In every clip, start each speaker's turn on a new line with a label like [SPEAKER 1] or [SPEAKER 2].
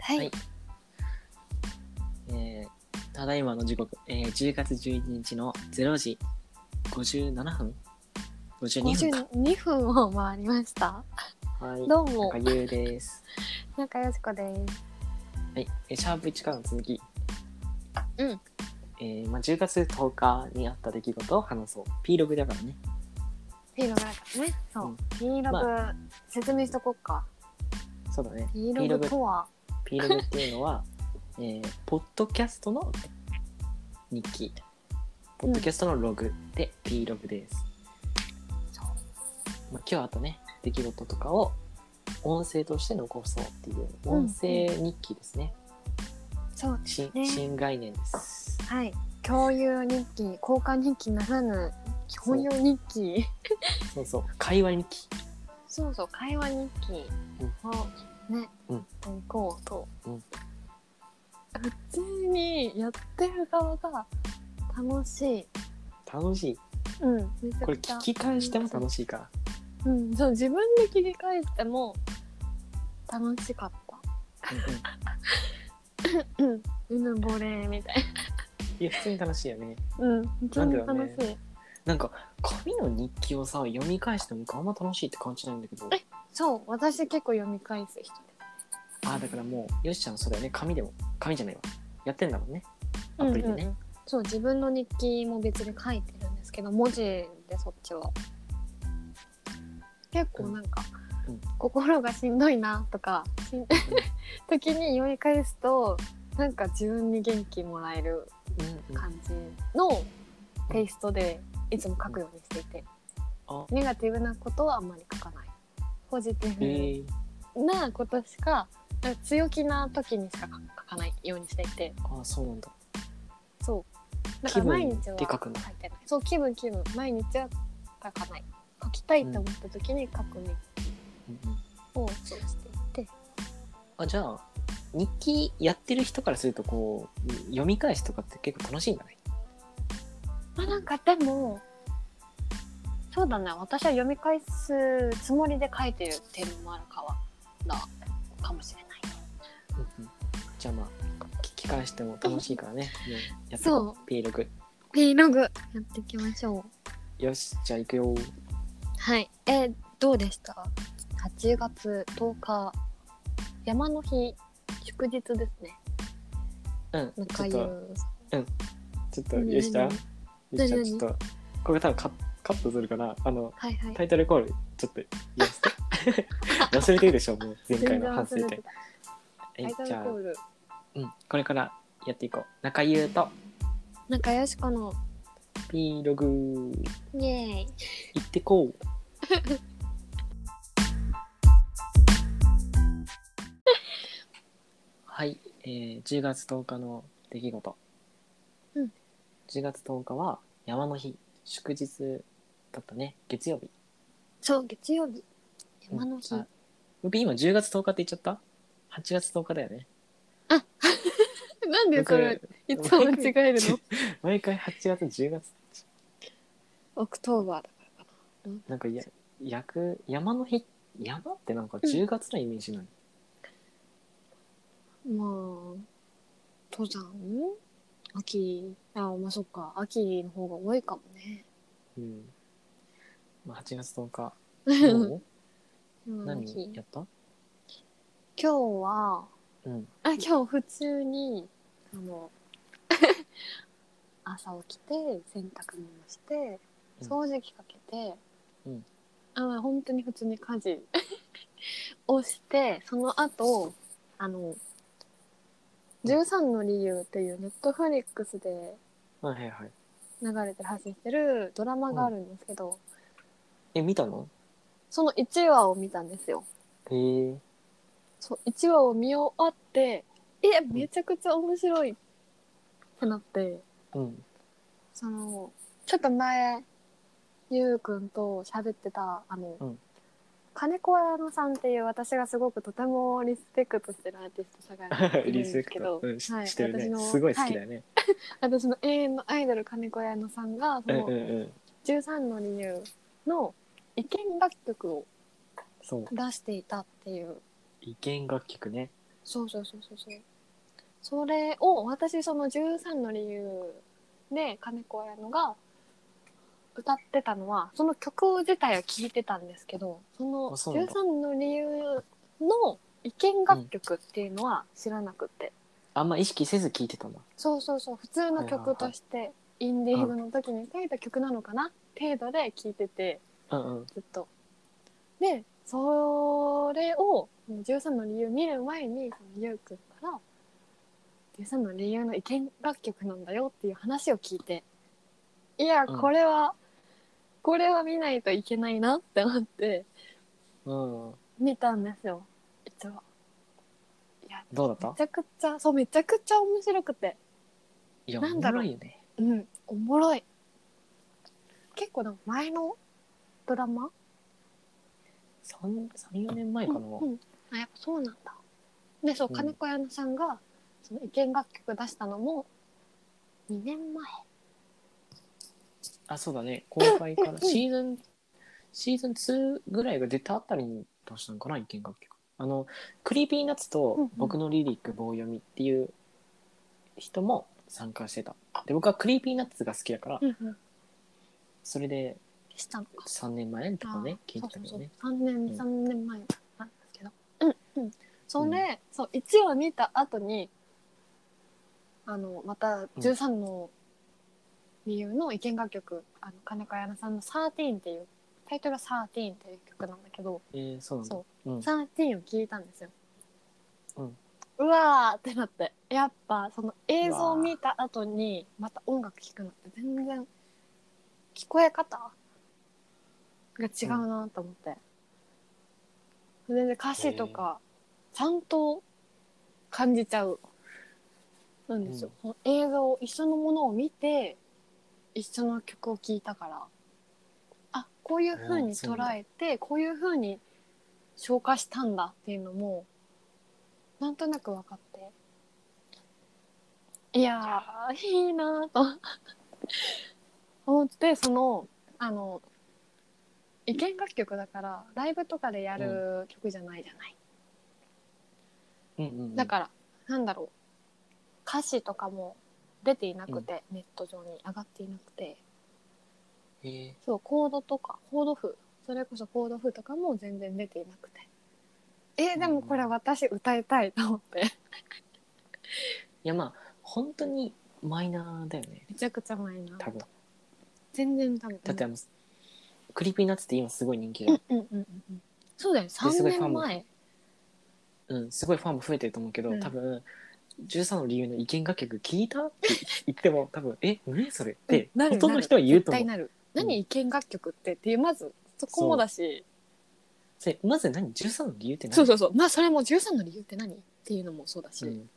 [SPEAKER 1] はい、
[SPEAKER 2] はいえーただいまの時刻、えー10月11日の0時57分 ?52 分か。
[SPEAKER 1] 52分を回りました
[SPEAKER 2] はい。
[SPEAKER 1] どうも
[SPEAKER 2] 中優です。
[SPEAKER 1] 中よしこです
[SPEAKER 2] はい。えーシャープ1からの続き。
[SPEAKER 1] うん。
[SPEAKER 2] えーまあ、10月10日にあった出来事を話そう。P6 だからね。
[SPEAKER 1] ピーログだからねそう、
[SPEAKER 2] うん
[SPEAKER 1] ピーログ、
[SPEAKER 2] ま
[SPEAKER 1] 説明しとこっか
[SPEAKER 2] そうだね。
[SPEAKER 1] ピーログとは
[SPEAKER 2] P6 っていう のは、えーポッドキャストの日記。ポッドキャストのログで P ログです。まあ、今日あとね、出来事とかを音声として残そうっていう、
[SPEAKER 1] うん
[SPEAKER 2] 音声日記ですね。
[SPEAKER 1] そう
[SPEAKER 2] 新
[SPEAKER 1] ね
[SPEAKER 2] 新概念です。
[SPEAKER 1] はい共有日記交換日記ならぬ共有日記
[SPEAKER 2] そうそう、会話日記。
[SPEAKER 1] そうそう会話日記をね、
[SPEAKER 2] うん
[SPEAKER 1] やっていこうと、
[SPEAKER 2] うん
[SPEAKER 1] 普通にやってる側が楽しい、
[SPEAKER 2] 楽しい。
[SPEAKER 1] うん、めちゃくちゃ
[SPEAKER 2] これ聞き返しても楽しいから。
[SPEAKER 1] うん、そう自分で切り返しても楽しかった
[SPEAKER 2] うん
[SPEAKER 1] う
[SPEAKER 2] うん
[SPEAKER 1] んうぬぼれみたい
[SPEAKER 2] いや、普通に楽しいよね。
[SPEAKER 1] なうん本当に楽
[SPEAKER 2] なん
[SPEAKER 1] しい、
[SPEAKER 2] だなんか、紙の日記をさ、読み返しても僕あんま楽しいって感じないんだけど。
[SPEAKER 1] えそう私結構読み返す人
[SPEAKER 2] ああだからもうよしちゃんそうだよね紙でも紙じゃないわやってんだもんねアプリで
[SPEAKER 1] うんう
[SPEAKER 2] ね、
[SPEAKER 1] んうんそう自分の日記も別に書いてるんですけど文字でそっちは結構なんか、
[SPEAKER 2] うんうん
[SPEAKER 1] 心がしんどいなとかしん 時に読み返すとなんか自分に元気もらえる
[SPEAKER 2] うんうん
[SPEAKER 1] 感じのテイストでいつも書くようにしていて、
[SPEAKER 2] あ
[SPEAKER 1] ネガティブなことはあんまり書かないポジテ
[SPEAKER 2] え
[SPEAKER 1] ィ
[SPEAKER 2] ー
[SPEAKER 1] ブなことしかなんか強気な時にしか書書かないようにしていて。
[SPEAKER 2] ああそうなんだ
[SPEAKER 1] そう。だから毎日は
[SPEAKER 2] 気分で
[SPEAKER 1] 書
[SPEAKER 2] 書くの
[SPEAKER 1] いてない。そう、気分気分。毎日は書かない。書きたいと思った時に書く日
[SPEAKER 2] うんうん
[SPEAKER 1] をそうしていて。
[SPEAKER 2] あじゃあ日記やってる人からするとこう読み返しとかって結構楽しいんだね
[SPEAKER 1] まあなんかでも、そうだね。私は読み返すつもりで書いてるっていうのもあるかは、だ、かもしれない。
[SPEAKER 2] うんうんじゃあまあ聞き返しても楽しいからね、うん、やって
[SPEAKER 1] そ
[SPEAKER 2] こう P6
[SPEAKER 1] P ログ、やっていきましょう。
[SPEAKER 2] よしじゃあ行くよ
[SPEAKER 1] はい。えーどうでした ?8 月10日、山の日、祝日ですね。
[SPEAKER 2] うんち
[SPEAKER 1] 中
[SPEAKER 2] ょっ
[SPEAKER 1] 湯
[SPEAKER 2] とちょっと
[SPEAKER 1] 何
[SPEAKER 2] よしちゃんよしちゃんちょ
[SPEAKER 1] 何
[SPEAKER 2] っとこれ多分カッカットするかなあの
[SPEAKER 1] はいはい。
[SPEAKER 2] タイトルコールちょっと言わせて 忘れてるでしょもう前
[SPEAKER 1] 全
[SPEAKER 2] 回
[SPEAKER 1] 然
[SPEAKER 2] の反
[SPEAKER 1] 忘
[SPEAKER 2] 省
[SPEAKER 1] れ
[SPEAKER 2] 点
[SPEAKER 1] てた
[SPEAKER 2] え
[SPEAKER 1] タイト
[SPEAKER 2] じ
[SPEAKER 1] ル
[SPEAKER 2] ゃあ
[SPEAKER 1] コール。
[SPEAKER 2] うん、これからやっていこう中優と
[SPEAKER 1] なんかよしこの、
[SPEAKER 2] P ログ
[SPEAKER 1] イエーイ。
[SPEAKER 2] 行って こうはい、えー、10月10日の出来事、
[SPEAKER 1] うん
[SPEAKER 2] 10月10日は山の日祝日だったね月曜日
[SPEAKER 1] そう、月曜日。山の日。
[SPEAKER 2] うんあ僕今10月10日って言っちゃった8月10日だよね
[SPEAKER 1] なんでそれ、いつも間違えるの
[SPEAKER 2] 毎回8月10月
[SPEAKER 1] オクトーバーだからか
[SPEAKER 2] なんかや役山の日山ってなんか10月のイメージなの、
[SPEAKER 1] な。まあ、登山秋。あ、まあそっか。秋の方が多いかもね。
[SPEAKER 2] うん。まあ、8月10日。
[SPEAKER 1] 山
[SPEAKER 2] もう
[SPEAKER 1] の日。
[SPEAKER 2] 何
[SPEAKER 1] 今
[SPEAKER 2] やった
[SPEAKER 1] 日は、
[SPEAKER 2] うん。
[SPEAKER 1] あ、今日普通に、あの、 朝起きて、洗濯物して、
[SPEAKER 2] うん
[SPEAKER 1] 掃除機かけて、
[SPEAKER 2] うん
[SPEAKER 1] あ本当に普通に家事 をして、その後、あの、13の理由っていうネットフリックスで
[SPEAKER 2] はいはいはい。
[SPEAKER 1] 流れてる配信してるドラマがあるんですけど、
[SPEAKER 2] え、見たの
[SPEAKER 1] その1話を見たんですよ。
[SPEAKER 2] へえ。
[SPEAKER 1] そう、1話を見終わって、え、めちゃくちゃ面白いってなって、
[SPEAKER 2] うん。
[SPEAKER 1] そのちょっと前ゆうくんと喋ってたあの、
[SPEAKER 2] うん
[SPEAKER 1] 金子綾乃さんっていう私がすごくとてもリスペクトしてるアーティストさ んがいるん
[SPEAKER 2] リ
[SPEAKER 1] で
[SPEAKER 2] ス
[SPEAKER 1] す
[SPEAKER 2] ペ
[SPEAKER 1] け
[SPEAKER 2] ク
[SPEAKER 1] ど
[SPEAKER 2] ト、、うんし
[SPEAKER 1] はい
[SPEAKER 2] してる
[SPEAKER 1] 私
[SPEAKER 2] ね。
[SPEAKER 1] の
[SPEAKER 2] すごい好きだよね。
[SPEAKER 1] 私の永遠のアイドル金子綾乃さんがそ
[SPEAKER 2] うんう
[SPEAKER 1] の
[SPEAKER 2] んうん。
[SPEAKER 1] 13の理由の意見楽曲を
[SPEAKER 2] そう。
[SPEAKER 1] 出していたっていう
[SPEAKER 2] 意見楽曲ね。
[SPEAKER 1] そうそうそうそうそうそれを私その13の理由で金子綾乃が歌ってたのはその曲自体は聴いてたんですけどその
[SPEAKER 2] あそうなんだ
[SPEAKER 1] 13の理由の意見楽曲っていうのは知らなくて、
[SPEAKER 2] あんま意識せず聞いてたんだ
[SPEAKER 1] そうそうそう普通の曲としてインディーズの時に書いた曲なのかな程度で聴いてて。
[SPEAKER 2] うんうん
[SPEAKER 1] ずっと。でそれを13の理由見る前にそのゆうくんから13の理由の意見楽曲なんだよっていう話を聞いていや
[SPEAKER 2] うん
[SPEAKER 1] これは、これは見ないといけないなって思って
[SPEAKER 2] うん
[SPEAKER 1] 見たんですよ一応。いや
[SPEAKER 2] どうだった
[SPEAKER 1] めちゃくちゃそうめちゃくちゃ面白くて
[SPEAKER 2] いや
[SPEAKER 1] なんだろう
[SPEAKER 2] おもろいよね
[SPEAKER 1] うんおもろい結構でも前のドラマ
[SPEAKER 2] 34年前かな、
[SPEAKER 1] うんうん、あやっぱそうなんだでそう
[SPEAKER 2] うん
[SPEAKER 1] 金子屋乃さんがその意見楽曲出したのも2年前
[SPEAKER 2] あそうだね公 開からシーズンシーズン2ぐらいが出たあたりに出したのかな意見楽曲あのクリーピーナッツ
[SPEAKER 1] うんう
[SPEAKER 2] と
[SPEAKER 1] ん
[SPEAKER 2] 僕のリリック棒読みっていう人も参加してたで僕はクリーピーナッツが好きだからそれで
[SPEAKER 1] したのか
[SPEAKER 2] 3年前とかね聞いてたけどね
[SPEAKER 1] 3年
[SPEAKER 2] うん
[SPEAKER 1] 3年前なんですけどうんうんそれ、そう1話見た後にあのまた13の理由の意見楽曲、あの金子屋乃さんの「13」っていうタイトルは「13」っていう曲なんだけど、
[SPEAKER 2] えー、そうなんだ、
[SPEAKER 1] そう
[SPEAKER 2] ん、
[SPEAKER 1] サーティーンを聞いたんですよ。
[SPEAKER 2] うん
[SPEAKER 1] うわーってなってやっぱその映像を見た後にまた音楽聴くのって全然聞こえ方が違うなと思って、全然歌詞とかちゃんと感じちゃうなんですよ、その映像一緒のものを見て一緒の曲を聴いたからあこういう風に
[SPEAKER 2] あそう
[SPEAKER 1] 捉
[SPEAKER 2] なんだ
[SPEAKER 1] えてこういう風に消化したんだっていうのもなんとなく分かっていやーいいなーと思ってそのあの意見楽曲だからライブとかでやる曲じゃないじゃない、
[SPEAKER 2] うんうんうん
[SPEAKER 1] だからなんだろう歌詞とかも出ていなくて、ネット上に上がっていなくて
[SPEAKER 2] えー
[SPEAKER 1] そうコードとかコード譜それこそコード譜とかも全然出ていなくてえでもこれ私歌いたいと思って
[SPEAKER 2] いやまあ本当にマイナーだよね
[SPEAKER 1] めちゃくちゃマイナー
[SPEAKER 2] 多分
[SPEAKER 1] 全然多分
[SPEAKER 2] だってあの、クリーピーナッツって今すごい人気だよ
[SPEAKER 1] うんうんうんうんそうだよね
[SPEAKER 2] す
[SPEAKER 1] 3
[SPEAKER 2] ごいファン
[SPEAKER 1] 年
[SPEAKER 2] も
[SPEAKER 1] 前
[SPEAKER 2] うん、すごいファンも増えてると思うけど、
[SPEAKER 1] うん
[SPEAKER 2] 多分13の理由の意見楽曲聞いたって言っても 多分「え何それ?」って
[SPEAKER 1] な
[SPEAKER 2] ほ
[SPEAKER 1] る
[SPEAKER 2] とんどの人は言うと
[SPEAKER 1] なる絶対
[SPEAKER 2] 思う。
[SPEAKER 1] なる
[SPEAKER 2] うん
[SPEAKER 1] 何意見楽曲ってっていうまずそこもだし
[SPEAKER 2] それまず何13の理由って何
[SPEAKER 1] そうそうそうまあそれも13の理由って何っていうのもそうだし、うん、
[SPEAKER 2] ん、
[SPEAKER 1] っ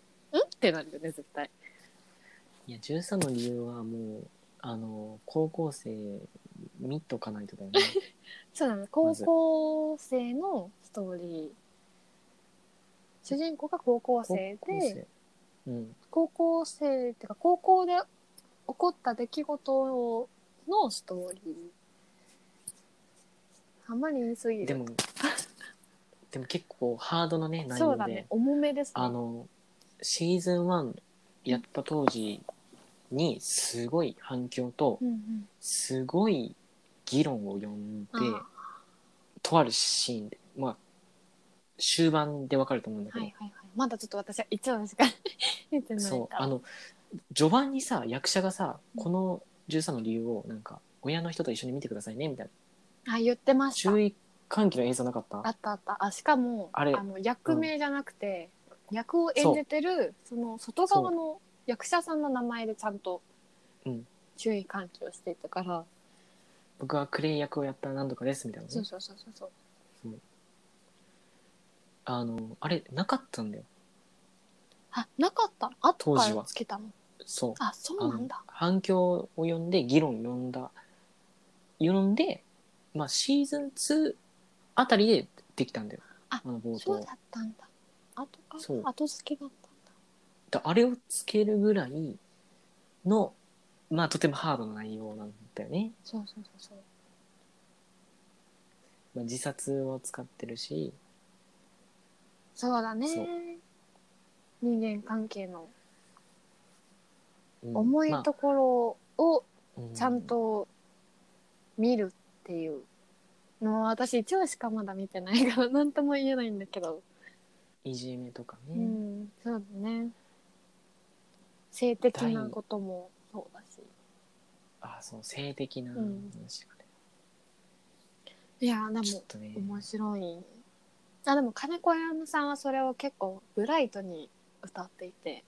[SPEAKER 1] てなるよね絶対
[SPEAKER 2] いや13の理由はもうあの高校生見とかない とだよね。
[SPEAKER 1] そうだね
[SPEAKER 2] ま
[SPEAKER 1] 高
[SPEAKER 2] ず
[SPEAKER 1] 校生のストーリー主人公が高校
[SPEAKER 2] 高
[SPEAKER 1] 生
[SPEAKER 2] 校
[SPEAKER 1] で
[SPEAKER 2] 生うん、
[SPEAKER 1] 高校生っていうか高校で起こった出来事のストーリーあんまり言い過ぎる
[SPEAKER 2] でもでも結構ハードなね 内
[SPEAKER 1] そう
[SPEAKER 2] 容
[SPEAKER 1] だ
[SPEAKER 2] で、
[SPEAKER 1] ね重めですね
[SPEAKER 2] あのシーズン1やった当時にすごい反響と、
[SPEAKER 1] うんうん
[SPEAKER 2] すごい議論を呼んで
[SPEAKER 1] あー
[SPEAKER 2] とあるシーンでまあ終盤でわかると思うんだけ
[SPEAKER 1] はい
[SPEAKER 2] ど、
[SPEAKER 1] はいはいまだちょっと私は一話しか 見てないから
[SPEAKER 2] そうあの序盤にさ役者がさこの13の理由をなんか親の人と一緒に見てくださいねみたい
[SPEAKER 1] あ言ってま
[SPEAKER 2] な
[SPEAKER 1] した
[SPEAKER 2] 注意喚起の映像なかった
[SPEAKER 1] あったあったあしかも
[SPEAKER 2] あれ
[SPEAKER 1] の役名じゃなくて、役を演じてるその外側の役者さんの名前でちゃんと
[SPEAKER 2] うん
[SPEAKER 1] 注意喚起をしていたから、
[SPEAKER 2] 僕はクレイ役をやった何度かですみたいなね、
[SPEAKER 1] そうそうそうそうそう
[SPEAKER 2] あのあれなかったんだよ
[SPEAKER 1] あなかった後
[SPEAKER 2] 当
[SPEAKER 1] か
[SPEAKER 2] 時
[SPEAKER 1] ら
[SPEAKER 2] は
[SPEAKER 1] つけたの
[SPEAKER 2] そう
[SPEAKER 1] あそ
[SPEAKER 2] あ
[SPEAKER 1] うなん
[SPEAKER 2] の
[SPEAKER 1] だ
[SPEAKER 2] 反響を呼んで議論を呼んだ呼んで、まあ、シーズン2あたりでできたんだよ
[SPEAKER 1] あ
[SPEAKER 2] の冒
[SPEAKER 1] そう
[SPEAKER 2] 頭
[SPEAKER 1] だったんだ後か
[SPEAKER 2] そう
[SPEAKER 1] 後付けだったんだ
[SPEAKER 2] だあれをつけるぐらいのまあとてもハードな内容なんだよね、
[SPEAKER 1] そうそうそうそう
[SPEAKER 2] まあ、自殺を使ってるし
[SPEAKER 1] そうだね
[SPEAKER 2] そう
[SPEAKER 1] 人間関係の
[SPEAKER 2] うん
[SPEAKER 1] 重い
[SPEAKER 2] まあ
[SPEAKER 1] ところを
[SPEAKER 2] う
[SPEAKER 1] ちゃんと見るっていうのは私一話しかまだ見てないから 何とも言えないんだけど、
[SPEAKER 2] いじめとかね、
[SPEAKER 1] うん、そうだね性的なこともそうだし
[SPEAKER 2] あそう性的な話
[SPEAKER 1] う
[SPEAKER 2] がね
[SPEAKER 1] ん、いやー
[SPEAKER 2] ち
[SPEAKER 1] で
[SPEAKER 2] ょっ
[SPEAKER 1] も
[SPEAKER 2] とね
[SPEAKER 1] 面白いあでも金子彩乃さんはそれを結構ブライトに歌っていて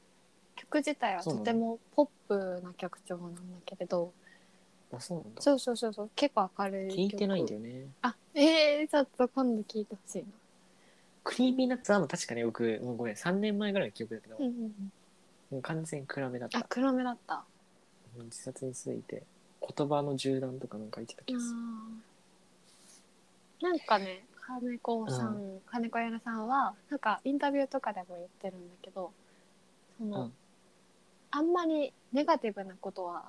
[SPEAKER 1] 曲自体はとてもポップな曲調なんだけれど
[SPEAKER 2] あそうなんだ
[SPEAKER 1] そうそうそうそう結構明るい曲
[SPEAKER 2] 聞いてないんだよね
[SPEAKER 1] あえー、ちょっと今度聞いてほしいな
[SPEAKER 2] クリーミーナッツはもう確かに僕もうごめん3年前ぐらいの記憶だけど、
[SPEAKER 1] うんうんうん
[SPEAKER 2] もう完全に暗めだっ
[SPEAKER 1] あ
[SPEAKER 2] た
[SPEAKER 1] 黒目だったあ
[SPEAKER 2] 自殺について言葉の銃弾とかなんか言ってた気がする
[SPEAKER 1] ーなんかね金子さん、金子彩乃さんはなんかインタビューとかでも言ってるんだけどその、
[SPEAKER 2] うん
[SPEAKER 1] あんまりネガティブなことは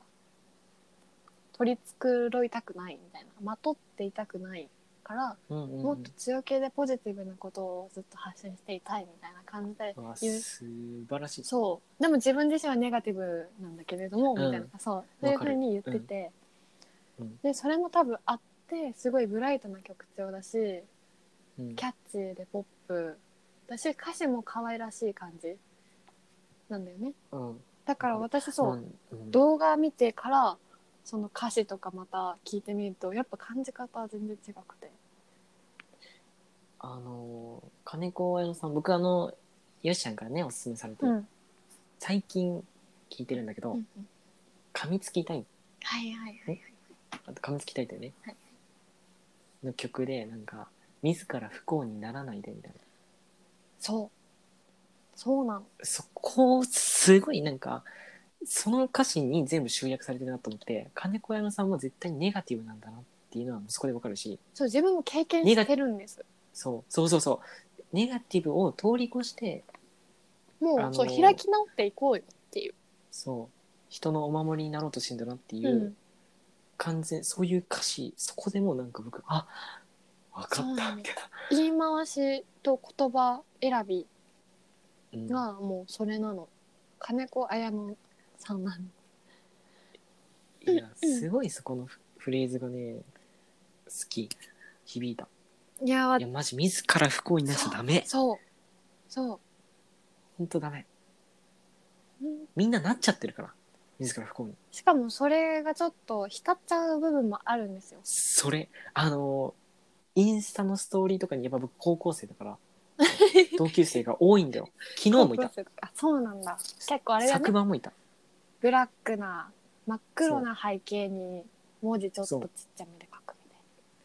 [SPEAKER 1] 取り繕いたくないみたいなまとっていたくないから、
[SPEAKER 2] うんうんうん
[SPEAKER 1] もっと強気でポジティブなことをずっと発信していたいみたいな感じで
[SPEAKER 2] あ
[SPEAKER 1] 言う
[SPEAKER 2] 素晴らしい
[SPEAKER 1] そうでも自分自身はネガティブなんだけれども、
[SPEAKER 2] うん
[SPEAKER 1] みたいなそうそういうふうに言ってて、
[SPEAKER 2] うんうん
[SPEAKER 1] でそれも多分あってすごいブライトな曲調だし
[SPEAKER 2] うん
[SPEAKER 1] キャッチーでポップだし歌詞も可愛らしい感じなんだよね
[SPEAKER 2] うん
[SPEAKER 1] だから私そう、
[SPEAKER 2] なんうん
[SPEAKER 1] 動画見てからその歌詞とかまた聞いてみるとやっぱ感じ方は全然違くて
[SPEAKER 2] あのー金子綾乃さん僕あのよしちゃんからねおすすめされて、
[SPEAKER 1] うん、
[SPEAKER 2] 最近聞いてるんだけど、
[SPEAKER 1] うん、
[SPEAKER 2] 噛みつきたい
[SPEAKER 1] はいはいはい
[SPEAKER 2] あと噛みつきたいだよね、
[SPEAKER 1] はい
[SPEAKER 2] の曲でなんか自ら不幸にならないでみたいな
[SPEAKER 1] そうそうなの
[SPEAKER 2] そこすごいなんかその歌詞に全部集約されてるなと思って金子綾乃さんも絶対にネガティブなんだなっていうのはそこでわかるし
[SPEAKER 1] そう自分も経験してるんです
[SPEAKER 2] そうそうそうそうネガティブを通り越して
[SPEAKER 1] もう、
[SPEAKER 2] あのー
[SPEAKER 1] そう開き直っていこうよっていう
[SPEAKER 2] そう人のお守りになろうとしてんだなっていう、
[SPEAKER 1] うん
[SPEAKER 2] 完全そういう歌詞そこでもうなんか僕あ分か
[SPEAKER 1] そう
[SPEAKER 2] っ
[SPEAKER 1] な
[SPEAKER 2] た
[SPEAKER 1] んだ
[SPEAKER 2] みたいな。
[SPEAKER 1] 言い回しと言葉選び
[SPEAKER 2] うん
[SPEAKER 1] がもうそれなの金子綾乃さんなの
[SPEAKER 2] いやすごいそこのフフレーズがね好き響いた
[SPEAKER 1] いやわ
[SPEAKER 2] いやマジ自ら不幸になっちゃダメ
[SPEAKER 1] そうそう
[SPEAKER 2] 本当ダメ
[SPEAKER 1] そう、うん
[SPEAKER 2] みんななっちゃってるから自ら不幸に
[SPEAKER 1] しかもそれがちょっと浸っちゃう部分もあるんですよ
[SPEAKER 2] それあのインスタのストーリーとかにやっぱ僕高校生だから 同級生が多いんだよ昨日もいた
[SPEAKER 1] あそうなんだ結構あれだ
[SPEAKER 2] 昨
[SPEAKER 1] ね
[SPEAKER 2] 晩もいた
[SPEAKER 1] ブラックな真っ黒な背景に文字ちょっとちっちゃめで書くみた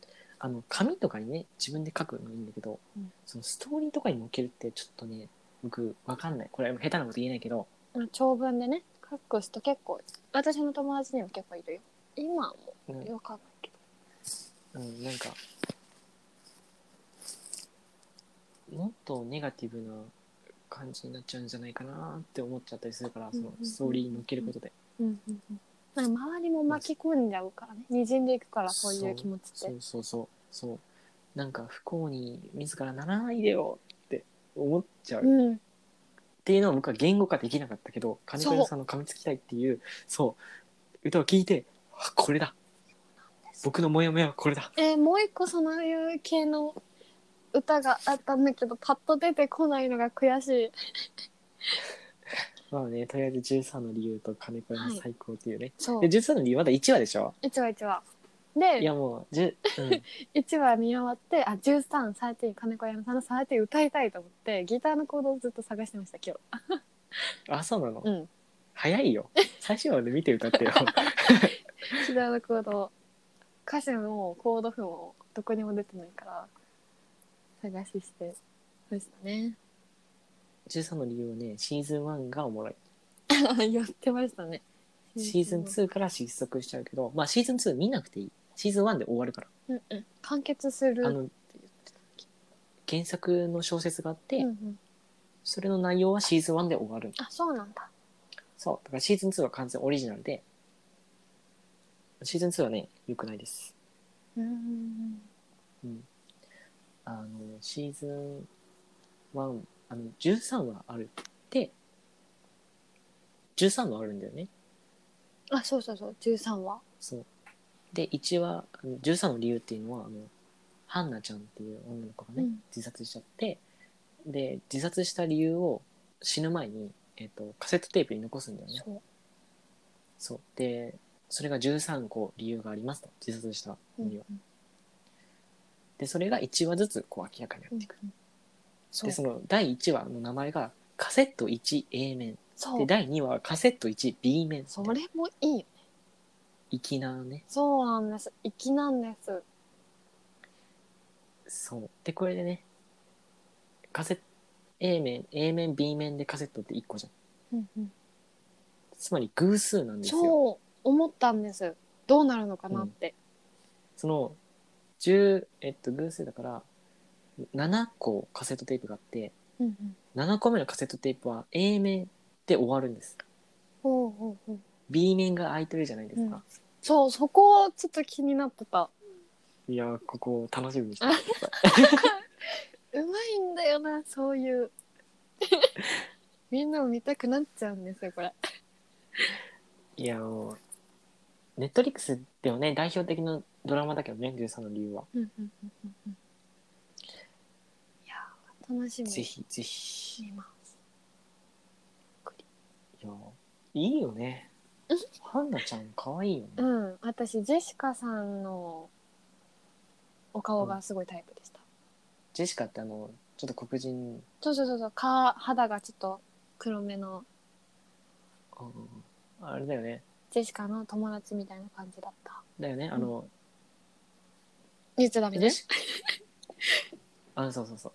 [SPEAKER 1] い
[SPEAKER 2] あの紙とかにね自分で書くのいいんだけど、
[SPEAKER 1] うん
[SPEAKER 2] そのストーリーとかに載っけるってちょっとね僕わかんないこれ下手なこと言えないけど
[SPEAKER 1] な長文でね書く人結構私の友達にも結構いるよ今はも
[SPEAKER 2] うん
[SPEAKER 1] うよかんないけど
[SPEAKER 2] うん、なんか、もっとネガティブな感じになっちゃうんじゃないかなって思っちゃったりするから、
[SPEAKER 1] うん
[SPEAKER 2] そ
[SPEAKER 1] うんうん
[SPEAKER 2] のストーリーに載っけることで。
[SPEAKER 1] うんうんうんなんか周りも巻き込んじゃうからね滲んでいくからそういう気持ちっ
[SPEAKER 2] そ
[SPEAKER 1] て
[SPEAKER 2] うそうそう、そう。なんか不幸に自らならないでよって思っちゃう。っ
[SPEAKER 1] うん
[SPEAKER 2] ていうのは僕は言語化できなかったけど、金子屋さんの噛みつきたいっていう、そう、歌を聞いて、あ、これだ。僕のモヤモヤはこれだ。
[SPEAKER 1] えーもう一個そういう系の歌があったんだけどパッと出てこないのが悔しい
[SPEAKER 2] まあね、とりあえず13の理由と金子屋の最高っていうね。
[SPEAKER 1] そう
[SPEAKER 2] で、13の理由まだ1話でしょ
[SPEAKER 1] 一話一話
[SPEAKER 2] い
[SPEAKER 1] で
[SPEAKER 2] やもう、じゅ、うん、
[SPEAKER 1] 一話見終わってあ13サーティ金子山さんのサーティ歌いたいと思ってギターのコードをずっと探してました今
[SPEAKER 2] あ、そうなの
[SPEAKER 1] 日。うん
[SPEAKER 2] 早いよ。最初まで見て歌ってよ。
[SPEAKER 1] ギターのコードを歌詞もコード譜もどこにも出てないから探ししてそうでしたね
[SPEAKER 2] 13の理由はね、シーズン1がおもろ い。
[SPEAKER 1] やってましたね
[SPEAKER 2] シーズン2から失速しちゃうけど、まあシーズン2見なくていい。シーズン1で終わるか
[SPEAKER 1] うんうん完結する
[SPEAKER 2] ら。あ
[SPEAKER 1] って
[SPEAKER 2] の、
[SPEAKER 1] 言ってたっけ
[SPEAKER 2] 原作の小説があって、
[SPEAKER 1] うんうん、
[SPEAKER 2] それの内容はシーズン1で終わる。
[SPEAKER 1] あそうなんだ
[SPEAKER 2] そう。だからシーズン2は完全オリジナルで、シーズン2はね、良くないです。
[SPEAKER 1] うん
[SPEAKER 2] うん。あの、シーズン1、あの、13はある。で13話あるんだよね
[SPEAKER 1] あそうそうそう13話
[SPEAKER 2] そうで1話あの13の理由っていうのはあのハンナちゃんっていう女の子がね、
[SPEAKER 1] うん
[SPEAKER 2] 自殺しちゃってで自殺した理由を死ぬ前に、えっとカセットテープに残すんだよね
[SPEAKER 1] そ
[SPEAKER 2] そうでそれが13個理由がありますと自殺した
[SPEAKER 1] う、
[SPEAKER 2] のには、
[SPEAKER 1] うん
[SPEAKER 2] でそれが1話ずつこう明らかになっていく、
[SPEAKER 1] そ
[SPEAKER 2] で
[SPEAKER 1] う
[SPEAKER 2] その第1話の名前がカセット 1A 面
[SPEAKER 1] そ
[SPEAKER 2] で
[SPEAKER 1] う
[SPEAKER 2] 第2話はカセット 1B 面
[SPEAKER 1] それもいいよ
[SPEAKER 2] 粋なね
[SPEAKER 1] そうなんです粋なんです
[SPEAKER 2] そうでこれでねカセット A 面 A 面 B 面でカセットって1個じゃ
[SPEAKER 1] う
[SPEAKER 2] ん
[SPEAKER 1] んうん
[SPEAKER 2] つまり偶数なんですよ
[SPEAKER 1] そう思ったんですどうなるのかなって、
[SPEAKER 2] その10、えっと、偶数だから7個カセットテープがあって
[SPEAKER 1] うんうん、
[SPEAKER 2] 7個目のカセットテープは A 面で終わるんです
[SPEAKER 1] ほうほうほう
[SPEAKER 2] B 面が空いてるじゃないですか、
[SPEAKER 1] そうそこはちょっと気になってた
[SPEAKER 2] いやーここ楽しみにしててくださいう
[SPEAKER 1] まいんだよなそういう みんなも見たくなっちゃうんですよこれ
[SPEAKER 2] いやもうネットリックスではね代表的なドラマだけどね13の理由は、
[SPEAKER 1] いやー楽しみ
[SPEAKER 2] ぜひぜひい
[SPEAKER 1] 見ます
[SPEAKER 2] やーいいよねハンナちゃん可愛いよね、
[SPEAKER 1] うん私ジェシカさんのお顔がすごいタイプでした、
[SPEAKER 2] ジェシカってあのちょっと黒人
[SPEAKER 1] そうそうそうそうか肌がちょっと黒めの
[SPEAKER 2] あれだよね
[SPEAKER 1] ジェシカの友達みたいな感じだった
[SPEAKER 2] だよねあの、
[SPEAKER 1] 言っちゃダメ
[SPEAKER 2] ジェ
[SPEAKER 1] ね
[SPEAKER 2] シカあそうそうそう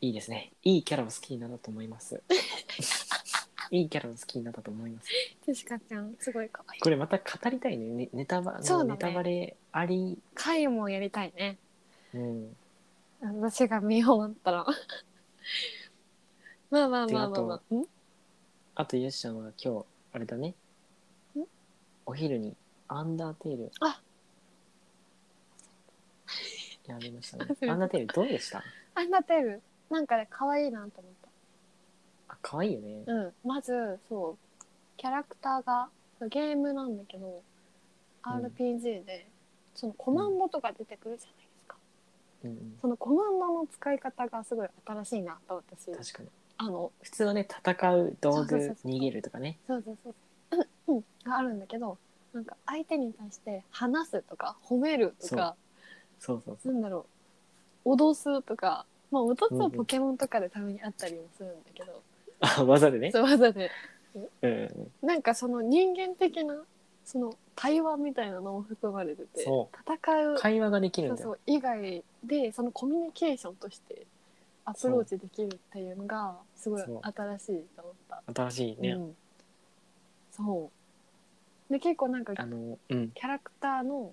[SPEAKER 2] いいですねいいキャラを好きになったと思います いいキャラを好きになったと思います
[SPEAKER 1] ジェシカちゃんすごい可愛い
[SPEAKER 2] これまた語りたいねねネタバ
[SPEAKER 1] そうだね
[SPEAKER 2] ネタバレあり、
[SPEAKER 1] 回もやりたいね
[SPEAKER 2] うん、
[SPEAKER 1] 私が見終わったら まあまあまあまあまあん
[SPEAKER 2] あとよしちゃんは今日あれだね
[SPEAKER 1] ん
[SPEAKER 2] お昼にアンダーテール
[SPEAKER 1] あ
[SPEAKER 2] やりました
[SPEAKER 1] あすいませ
[SPEAKER 2] ね
[SPEAKER 1] ん
[SPEAKER 2] アンダーテールどうでした
[SPEAKER 1] アンダーテールなんかね可愛いなと思っ
[SPEAKER 2] あ可愛いよね
[SPEAKER 1] たうんまずそうキャラクターがゲームなんだけど、
[SPEAKER 2] うん
[SPEAKER 1] RPG でそのコマンドとか出てくるじゃないですか、
[SPEAKER 2] うん、
[SPEAKER 1] そのコマンドの使い方がすごい新しいなと私
[SPEAKER 2] うん、確かに
[SPEAKER 1] あの
[SPEAKER 2] 普通はね戦う道具
[SPEAKER 1] そうそうそう
[SPEAKER 2] 逃げるとかね
[SPEAKER 1] そうそうそううんうんがあるんだけどなんか相手に対して話すとか褒めるとか
[SPEAKER 2] そうそうそう
[SPEAKER 1] なんだろう脅すとかまあ脅す
[SPEAKER 2] うんう
[SPEAKER 1] は
[SPEAKER 2] ん
[SPEAKER 1] ポケモンとかでたまにあったりもするんだけど、
[SPEAKER 2] あ技でね
[SPEAKER 1] そうわざで
[SPEAKER 2] うん
[SPEAKER 1] なんかその人間的なその対話みたいなのも含まれてて
[SPEAKER 2] そ
[SPEAKER 1] 戦う
[SPEAKER 2] 会話ができる
[SPEAKER 1] そ
[SPEAKER 2] ん
[SPEAKER 1] う
[SPEAKER 2] だ
[SPEAKER 1] そ
[SPEAKER 2] よ
[SPEAKER 1] う以外でそのコミュニケーションとしてアプローチできるっていうのがすごい
[SPEAKER 2] そう
[SPEAKER 1] 新しいと思った。
[SPEAKER 2] 新しいね、
[SPEAKER 1] うん、そうで結構なんか
[SPEAKER 2] あのうん
[SPEAKER 1] キャラクターの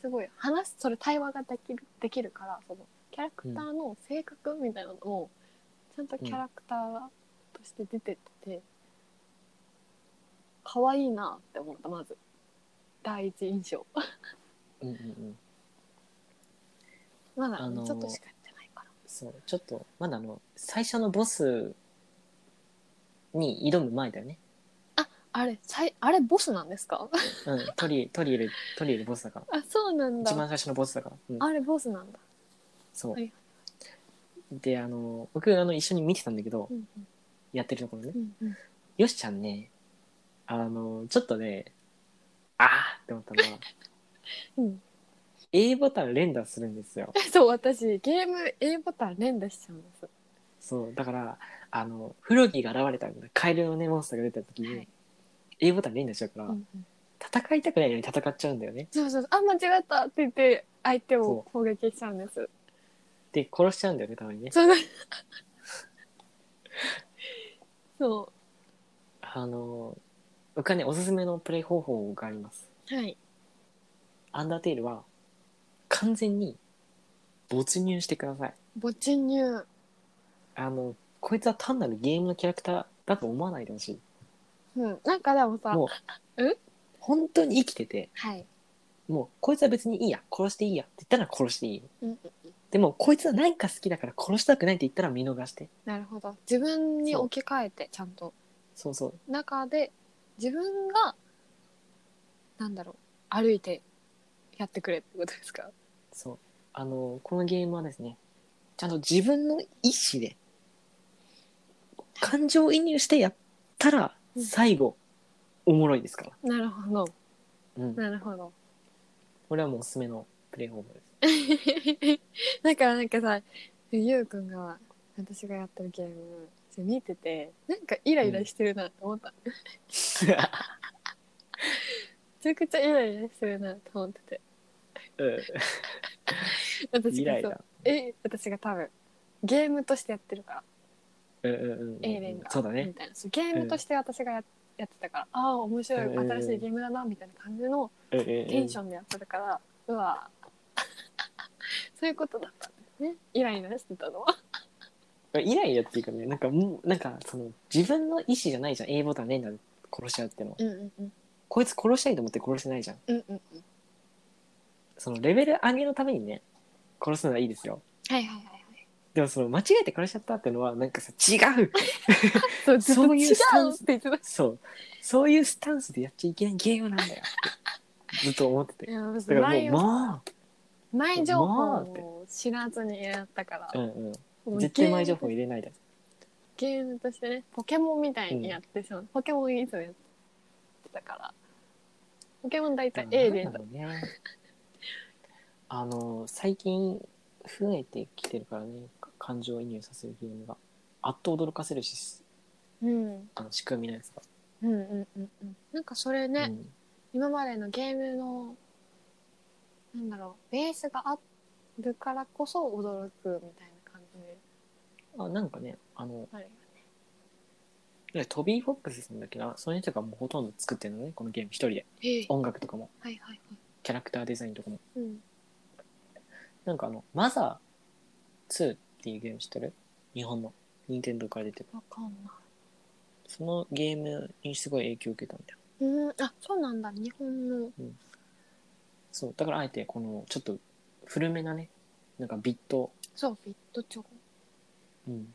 [SPEAKER 1] すごい話すそれ対話ができるできるからそのキャラクターの性格みたいなのもちゃんとキャラクターとして出てってて可愛いなって思ったまず第一印象
[SPEAKER 2] うんうんうん
[SPEAKER 1] まだ
[SPEAKER 2] あのー
[SPEAKER 1] ちょっとしかやってないから、
[SPEAKER 2] そうちょっとまだあの最初のボスに挑む前だよね
[SPEAKER 1] あれさいあれボスなんですか
[SPEAKER 2] うんトリトリエルトリエルボスだから
[SPEAKER 1] あそうなん
[SPEAKER 2] 一番
[SPEAKER 1] だ
[SPEAKER 2] 最初のボスだから、うん、
[SPEAKER 1] あれボスなんだ、
[SPEAKER 2] そう、
[SPEAKER 1] はい
[SPEAKER 2] であの僕あの一緒に見てたんだけど、
[SPEAKER 1] うん
[SPEAKER 2] やってるところね
[SPEAKER 1] うんうん、
[SPEAKER 2] よしちゃんねあのちょっとねあーって思ったの は
[SPEAKER 1] うん、
[SPEAKER 2] A ボタン連打するんですよ
[SPEAKER 1] そう私ゲーム A ボタン連打しちゃうんです
[SPEAKER 2] そうだからあのフロギーが現れたんだカエルのねモンスターが出た時に、
[SPEAKER 1] はい
[SPEAKER 2] A ボタン連打しちゃうから、
[SPEAKER 1] うんうん
[SPEAKER 2] 戦いたくないのに戦っちゃうんだよね
[SPEAKER 1] そうそうそうあ間違ったって言って相手を攻撃しちゃうんです
[SPEAKER 2] で殺しちゃうんだよねたまにね
[SPEAKER 1] そう そ
[SPEAKER 2] あの僕はねおすすめのプレイ方法があります
[SPEAKER 1] うはい
[SPEAKER 2] アンダーテイルは完全に没入してください
[SPEAKER 1] 没入
[SPEAKER 2] あのこいつは単なるゲームのキャラクターだと思わないでほしい
[SPEAKER 1] うんなんかでもさ
[SPEAKER 2] もう
[SPEAKER 1] え
[SPEAKER 2] 本当に生きてて
[SPEAKER 1] はい
[SPEAKER 2] もうこいつは別にいいや殺していいやって言ったら殺していい
[SPEAKER 1] うんうん
[SPEAKER 2] でもこいつはなんか好きだから殺したくないって言ったら見逃して
[SPEAKER 1] なるほど自分に置き換えてちゃんと
[SPEAKER 2] そうそう
[SPEAKER 1] 中で自分がなんだろう歩いてやってくれってことですか
[SPEAKER 2] そうあのこのゲームはですねちゃんと自分の意思で感情移入してやったら
[SPEAKER 1] うん
[SPEAKER 2] 最後、おもろいですから、
[SPEAKER 1] なるほど
[SPEAKER 2] うん、
[SPEAKER 1] なるほど
[SPEAKER 2] これはもうおすすめのプレイフォームです
[SPEAKER 1] だから なんかさゆうくんが私がやってるゲームそれ見ててなんかイライラしてるなって思った、めちゃくちゃイライラしてるなって思ってて
[SPEAKER 2] う
[SPEAKER 1] 私が
[SPEAKER 2] ん、
[SPEAKER 1] そう
[SPEAKER 2] イライラ
[SPEAKER 1] え私が多分ゲームとしてやってるから
[SPEAKER 2] うんうんうんうん
[SPEAKER 1] エイレンが
[SPEAKER 2] そうだね
[SPEAKER 1] みたいなそうゲームとして私がや,、やってたからああ面白い
[SPEAKER 2] うんうんうん
[SPEAKER 1] 新しいゲームだなみたいな感じの
[SPEAKER 2] うんうんうん
[SPEAKER 1] テンションでやってたから、うわ そういうことだったんですねイライラしてたのは
[SPEAKER 2] イライラっていうかねなんかもうなんかその自分の意思じゃないじゃん A ボタン連打で殺し合っても
[SPEAKER 1] うんうんうん
[SPEAKER 2] こいつ殺したいと思って殺せないじゃん
[SPEAKER 1] うんうんうん
[SPEAKER 2] そのレベル上げのためにね殺すのはいいですよ
[SPEAKER 1] はいはいはいはい
[SPEAKER 2] でもその間違えて殺しちゃったっていうのはなんかさ違う
[SPEAKER 1] そう
[SPEAKER 2] そういう
[SPEAKER 1] 違う
[SPEAKER 2] スタン
[SPEAKER 1] っ
[SPEAKER 2] ス
[SPEAKER 1] て言ってまし
[SPEAKER 2] そうそういうスタンスでやっちゃいけないゲームなんだよってずっと思って
[SPEAKER 1] た
[SPEAKER 2] て
[SPEAKER 1] いやもう
[SPEAKER 2] だから
[SPEAKER 1] 前
[SPEAKER 2] もうま
[SPEAKER 1] 前情報
[SPEAKER 2] もうって
[SPEAKER 1] を知らずにやったから
[SPEAKER 2] あ、うん
[SPEAKER 1] も
[SPEAKER 2] う、
[SPEAKER 1] うんゲーム
[SPEAKER 2] 絶対前情報入れないだ
[SPEAKER 1] ゲームとしてねポケモンみたいにやってしまう、ポケモンいつもやってたからポケモン大体 A で
[SPEAKER 2] なんだろうねあの最近増えてきてるからねか感情移入させるゲームがあっと驚かせるし
[SPEAKER 1] うん、うん
[SPEAKER 2] あの仕組みのやつが、
[SPEAKER 1] うんうんうんなんかそれね、
[SPEAKER 2] うん
[SPEAKER 1] 今までのゲームのなんだろうベースがあるからこそ驚くみたいな感じで
[SPEAKER 2] あなんかねあの
[SPEAKER 1] あるよね
[SPEAKER 2] トビー・フォックスさんだっけなその人がもうほとんど作ってるのねこのゲーム一人で
[SPEAKER 1] へえ
[SPEAKER 2] 音楽とかも
[SPEAKER 1] はいはいはい
[SPEAKER 2] キャラクターデザインとかも
[SPEAKER 1] うん
[SPEAKER 2] なんかあのマザー2っていうゲーム知ってる日本の任天堂から出てる
[SPEAKER 1] わかんな
[SPEAKER 2] そのゲームにすごい影響を受けたみたいない
[SPEAKER 1] うんあそうなんだ日本の
[SPEAKER 2] そうだからあえてこのちょっと古めなねなんかビット
[SPEAKER 1] そうビットチョコ
[SPEAKER 2] うん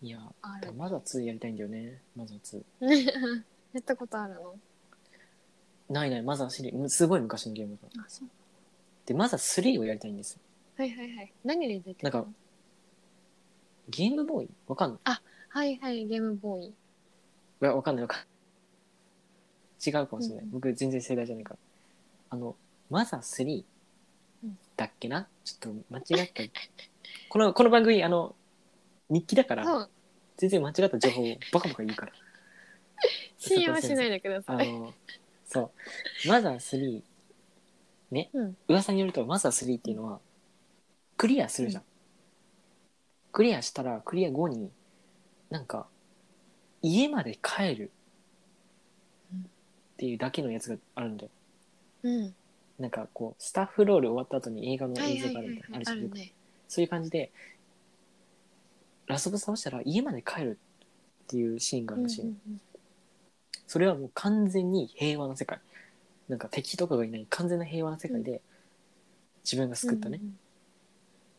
[SPEAKER 2] いや
[SPEAKER 1] ある
[SPEAKER 2] マザー2やりたいんだよねマザー
[SPEAKER 1] ねやったことあるの
[SPEAKER 2] 2ないないマザーシリーズすごい昔のゲームだ
[SPEAKER 1] あそう
[SPEAKER 2] でマザー3をやりたいんですよ
[SPEAKER 1] はいはいはい何で出てる
[SPEAKER 2] なん
[SPEAKER 1] の
[SPEAKER 2] かゲームボーイわかんない
[SPEAKER 1] はいはいゲームボーイ
[SPEAKER 2] いやわかんないわかんない違うかもしれない、
[SPEAKER 1] うんうん
[SPEAKER 2] 僕全然世代じゃないからあのマザー3
[SPEAKER 1] うん
[SPEAKER 2] だっけな、ちょっと間違ったこのこの番組あの日記だから
[SPEAKER 1] そう
[SPEAKER 2] 全然間違った情報をバカバカ言うから
[SPEAKER 1] 信用しないでくだ
[SPEAKER 2] あ
[SPEAKER 1] さい
[SPEAKER 2] のそうマザー3ね、
[SPEAKER 1] うん
[SPEAKER 2] 噂によるとマザー3っていうのはクリアするじゃん、クリアしたらクリア後になんか家まで帰る
[SPEAKER 1] うん
[SPEAKER 2] っていうだけのやつがあるんだよ
[SPEAKER 1] うん
[SPEAKER 2] なんかこうスタッフロール終わった後に映画の
[SPEAKER 1] はい
[SPEAKER 2] 映
[SPEAKER 1] は
[SPEAKER 2] 像
[SPEAKER 1] い
[SPEAKER 2] があ
[SPEAKER 1] はいは
[SPEAKER 2] るみ
[SPEAKER 1] い
[SPEAKER 2] たい
[SPEAKER 1] あ
[SPEAKER 2] な、あるじゃ
[SPEAKER 1] る
[SPEAKER 2] ん
[SPEAKER 1] ね
[SPEAKER 2] そういう感じでラスボス倒したら家まで帰るっていうシーンがあ
[SPEAKER 1] うん
[SPEAKER 2] る
[SPEAKER 1] う
[SPEAKER 2] ら
[SPEAKER 1] ん
[SPEAKER 2] しいの、
[SPEAKER 1] うん
[SPEAKER 2] それはもう完全に平和な世界なんか敵とかがいない完全な平和な世界で、自分が救ったね、
[SPEAKER 1] うんうん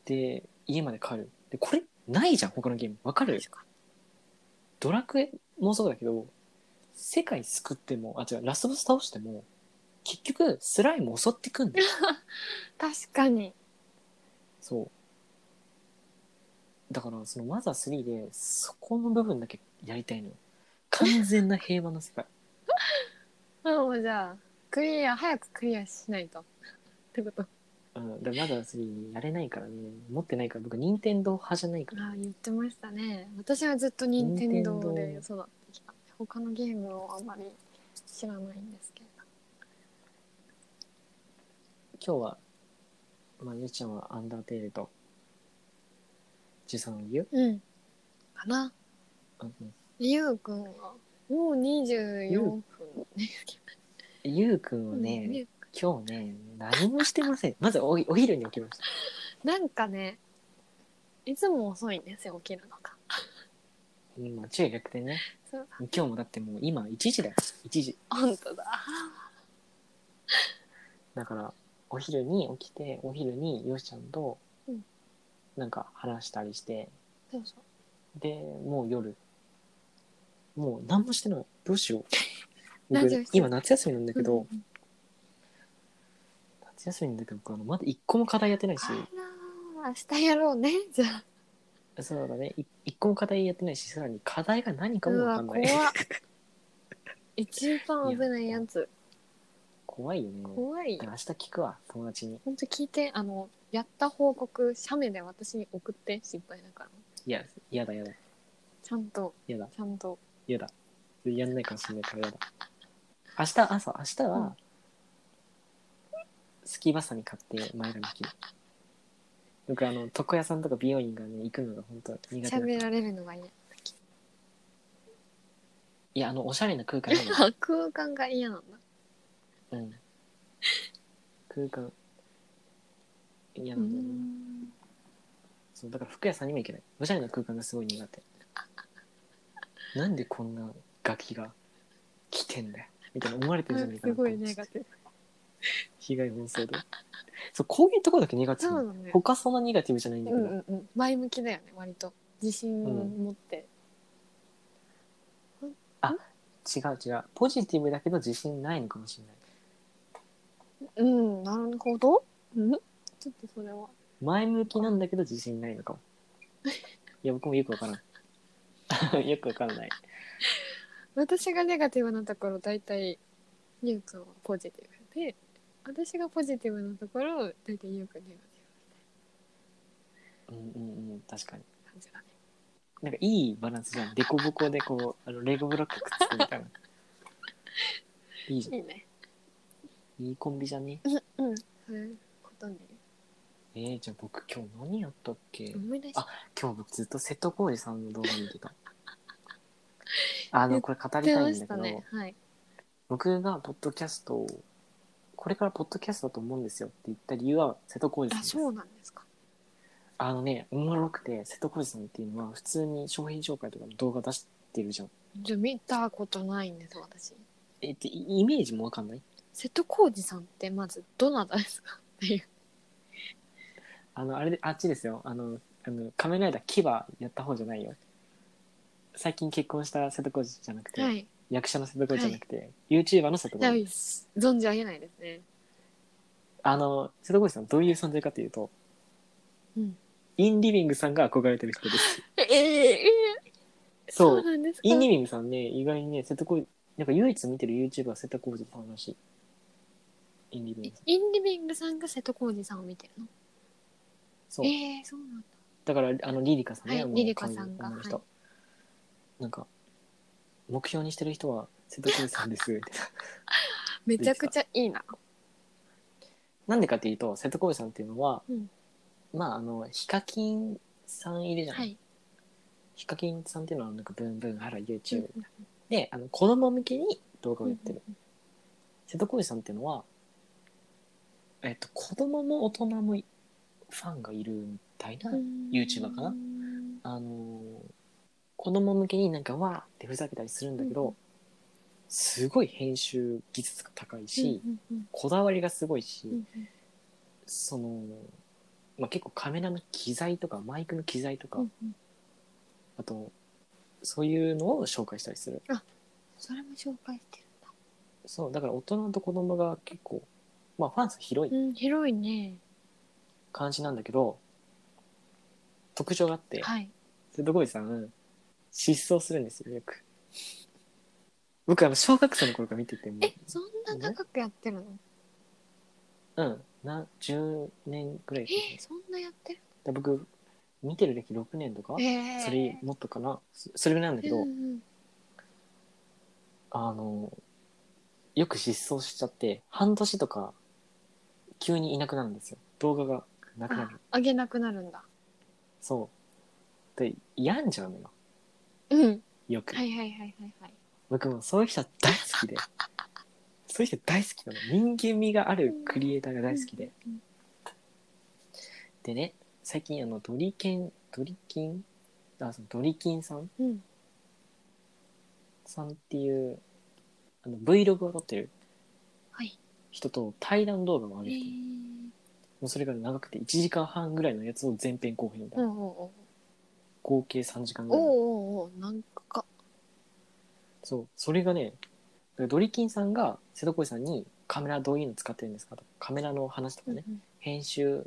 [SPEAKER 2] で家まで帰るでこれないじゃん他のゲームわかる
[SPEAKER 1] 確か
[SPEAKER 2] ドラクエもそうだけど世界救ってもあ違うラスボス倒しても結局スライム襲ってくんだよ
[SPEAKER 1] に確かに
[SPEAKER 2] そうだからそのマザー3でそこの部分だけやりたいのよ完全な平和な世界
[SPEAKER 1] あもうじゃあクリア早くクリアしないとってことあ
[SPEAKER 2] うん、だからマザー3やれないからね持ってないから僕任天堂派じゃないから
[SPEAKER 1] あ言ってましたね私はずっと任天堂で
[SPEAKER 2] 任天
[SPEAKER 1] 育ってきた他のゲームをあまり知らないんですけど
[SPEAKER 2] 今日は、まあ、ゆうちゃんはアンダーテールと、じゅさんのゆう
[SPEAKER 1] うんかな
[SPEAKER 2] うんうん
[SPEAKER 1] ゆうくんはもう24分
[SPEAKER 2] ゆうくんは
[SPEAKER 1] ね
[SPEAKER 2] ね、
[SPEAKER 1] ね
[SPEAKER 2] 今日ね、何もしてません。 まずおお昼に起きました。
[SPEAKER 1] なんかねいつも遅いんですよ起きるのが
[SPEAKER 2] うん、昼夜逆転ね。
[SPEAKER 1] そう
[SPEAKER 2] 今日もだってもう今1時だよ。1時。
[SPEAKER 1] 本当だ
[SPEAKER 2] だから、お昼に起きてお昼によしちゃんと
[SPEAKER 1] うん
[SPEAKER 2] なんか話したりして、
[SPEAKER 1] そうそう
[SPEAKER 2] でもう夜もう何もしてないどうしよ う
[SPEAKER 1] ラジオ
[SPEAKER 2] 僕
[SPEAKER 1] して
[SPEAKER 2] 今夏休みなんだけど、
[SPEAKER 1] うんうん
[SPEAKER 2] 夏休みなんだけど僕あのまだ一個も課題やってないし
[SPEAKER 1] あらー明日やろうねじゃあ
[SPEAKER 2] そうだねい一個も課題やってないしさらに課題が何かも
[SPEAKER 1] う
[SPEAKER 2] わ
[SPEAKER 1] わ
[SPEAKER 2] かんな
[SPEAKER 1] 怖
[SPEAKER 2] い
[SPEAKER 1] っ一番危ないやつ
[SPEAKER 2] 怖いよね
[SPEAKER 1] 怖い
[SPEAKER 2] だから明日聞くわ友達に
[SPEAKER 1] 本当聞いてあのやった報告写メで私に送って心配だから
[SPEAKER 2] いや嫌だ嫌だ
[SPEAKER 1] ちゃんと
[SPEAKER 2] 嫌だ
[SPEAKER 1] ちゃんと
[SPEAKER 2] 嫌だやんないかもしれないから嫌だ明日朝明日は、
[SPEAKER 1] うん
[SPEAKER 2] スキーバサミ買って前髪切る僕あの床屋さんとか美容院がね行くのが本当苦手だから
[SPEAKER 1] 喋られるのが嫌
[SPEAKER 2] いやあのおしゃれな空間 なの
[SPEAKER 1] あ空間が嫌なんだ
[SPEAKER 2] うん空間嫌
[SPEAKER 1] う
[SPEAKER 2] なんだよね
[SPEAKER 1] ん
[SPEAKER 2] そうだから服屋さんにも行けないおしゃれな空間がすごい苦手なんでこんなガキが来てんだよみたいな思われてるんじゃないか
[SPEAKER 1] す
[SPEAKER 2] なと
[SPEAKER 1] ご
[SPEAKER 2] 思
[SPEAKER 1] い
[SPEAKER 2] っ
[SPEAKER 1] ネ
[SPEAKER 2] て
[SPEAKER 1] ガティ
[SPEAKER 2] 被害妄想でそうこういうところだけ苦
[SPEAKER 1] ブ
[SPEAKER 2] 手
[SPEAKER 1] そ
[SPEAKER 2] な
[SPEAKER 1] う
[SPEAKER 2] の
[SPEAKER 1] だね
[SPEAKER 2] 他そんなネガティブじゃないんだ
[SPEAKER 1] う
[SPEAKER 2] けど、
[SPEAKER 1] んうんうん前向きだよね割と自信を持って、
[SPEAKER 2] 違う違うポジティブだけど自信ないのかもしれない
[SPEAKER 1] うん、なるほどうんちょっとそれは
[SPEAKER 2] 前向きなんだけど自信ないの かもいや僕もよくわからん よくわかんない
[SPEAKER 1] 私がネガティブなところ大体ゆうくんはポジティブで私がポジティブなところ大体ゆうくんネガテ
[SPEAKER 2] うんうんうん確かに
[SPEAKER 1] ィブな感じだね
[SPEAKER 2] なんかいいバランスじゃん凸凹でこうあのレゴブロックくっつくみ たいないいじゃん
[SPEAKER 1] いいね
[SPEAKER 2] いいコンビじゃね
[SPEAKER 1] うんうんそういうことね
[SPEAKER 2] えー、じゃあ僕今日何やったっけ、今
[SPEAKER 1] 思い出した
[SPEAKER 2] あ日僕ずっと瀬戸康史さんの動画見 てたあのこれ語り
[SPEAKER 1] 出
[SPEAKER 2] た
[SPEAKER 1] ま
[SPEAKER 2] いん
[SPEAKER 1] し
[SPEAKER 2] だけ
[SPEAKER 1] た
[SPEAKER 2] ど、
[SPEAKER 1] ねはい
[SPEAKER 2] 僕がポッドキャストをこれからポッドキャストだと思うんですよって言った理由は瀬戸康
[SPEAKER 1] あ
[SPEAKER 2] 史さんです
[SPEAKER 1] そうなんですか
[SPEAKER 2] あのねおもろくて瀬戸康史さんっていうのは普通に商品紹介とかの動画出してるじゃん
[SPEAKER 1] じゃあ見たことないんです私
[SPEAKER 2] えってイイメージもわかんない
[SPEAKER 1] 瀬戸康史さんってまずどなたですかっていう
[SPEAKER 2] あのあれであっちですよあのあの仮面ライダー牙やった方じゃないよ最近結婚した瀬戸康史じゃなくて、
[SPEAKER 1] はい
[SPEAKER 2] 役者の瀬戸康史じゃなくて、YouTuber の瀬戸
[SPEAKER 1] じゃあ
[SPEAKER 2] 康史
[SPEAKER 1] 存じ上げないですね
[SPEAKER 2] あの瀬戸越さんどういう存在かというと、
[SPEAKER 1] うん
[SPEAKER 2] インリビングさんが憧れてる 人です。
[SPEAKER 1] ええええ
[SPEAKER 2] そ
[SPEAKER 1] そ
[SPEAKER 2] う
[SPEAKER 1] うなんですか
[SPEAKER 2] インリビングさんね意外にね瀬戸越なんか唯一見てる YouTuber は瀬戸越さんらしい。インリビングさん。
[SPEAKER 1] インリビングさんが瀬戸康史さんを見てるの
[SPEAKER 2] そう
[SPEAKER 1] ええそうなんだ
[SPEAKER 2] だからあのリリカさんね、
[SPEAKER 1] はい
[SPEAKER 2] あの
[SPEAKER 1] リリカさんが
[SPEAKER 2] こういう女の人、
[SPEAKER 1] は
[SPEAKER 2] なんか目標にしてる人は瀬戸越さんです。み たいな
[SPEAKER 1] めちゃくちゃいいな
[SPEAKER 2] なんでかっていうと瀬戸越さんっていうのは、
[SPEAKER 1] うん
[SPEAKER 2] まああのヒカキンさんいるじゃない、
[SPEAKER 1] はい
[SPEAKER 2] ヒカキンさんっていうのはなんかブンブンハラ YouTube、
[SPEAKER 1] うんうん
[SPEAKER 2] であの子供向けに動画をやってる、瀬戸康史さんっていうのは、えっと、子供も大人もいファンがいるみたいな、
[SPEAKER 1] うん
[SPEAKER 2] ユーチューバーかな
[SPEAKER 1] うん
[SPEAKER 2] あのー子供向けになんかわーってふざけたりするんだけど、
[SPEAKER 1] うん
[SPEAKER 2] すごい編集技術が高いし、
[SPEAKER 1] うんうん
[SPEAKER 2] こだわりがすごいし、
[SPEAKER 1] うんうん
[SPEAKER 2] その、まあ、結構カメラの機材とかマイクの機材とか、
[SPEAKER 1] うんうん
[SPEAKER 2] あとそういうのを紹介したりする
[SPEAKER 1] それも紹介して
[SPEAKER 2] そうだから大人と子供が結構まあファン数広い
[SPEAKER 1] るうん広いね
[SPEAKER 2] 感じなんだけど、特徴があって、
[SPEAKER 1] はい
[SPEAKER 2] 瀬戸越さん、失踪するんですよ、よく。僕、あの、小学生の頃から見てても
[SPEAKER 1] えそんな長くやってるの
[SPEAKER 2] う、うん、な10年ぐらいだ
[SPEAKER 1] えそんなやってる
[SPEAKER 2] で僕、見てる歴6年とか、
[SPEAKER 1] ええ
[SPEAKER 2] それもっとかな、そそれぐらいなんだけど、
[SPEAKER 1] うんうん
[SPEAKER 2] あの、よく失踪しちゃって、半年とか、急にいなくなるんですよ。動画がなくな
[SPEAKER 1] あ
[SPEAKER 2] る。
[SPEAKER 1] あげなくなるんだ
[SPEAKER 2] そう。で、病んじゃうのよ、
[SPEAKER 1] うん
[SPEAKER 2] よく。
[SPEAKER 1] はいはいはいはいはい
[SPEAKER 2] 僕もそういう人大好きでそういう人大好きなの人間味があるクリエイターが大好きで、
[SPEAKER 1] うん
[SPEAKER 2] でね最近あのドリケンドリキンあそのドリキンさん
[SPEAKER 1] うんうん
[SPEAKER 2] さんっていうあの Vlog を撮ってる
[SPEAKER 1] はい
[SPEAKER 2] 人と対談動画を上
[SPEAKER 1] え
[SPEAKER 2] げてる、
[SPEAKER 1] え
[SPEAKER 2] うそれが長くて1時間半ぐらいのやつを前編後編みたいうなん
[SPEAKER 1] うんうん
[SPEAKER 2] 合計3時間ぐ
[SPEAKER 1] お
[SPEAKER 2] らいの
[SPEAKER 1] おうおうおうなんか
[SPEAKER 2] そうそれがねドリキンさんが瀬戸越さんにカメラどういうの使ってるんですかとかカメラの話とかね、
[SPEAKER 1] うん
[SPEAKER 2] 編集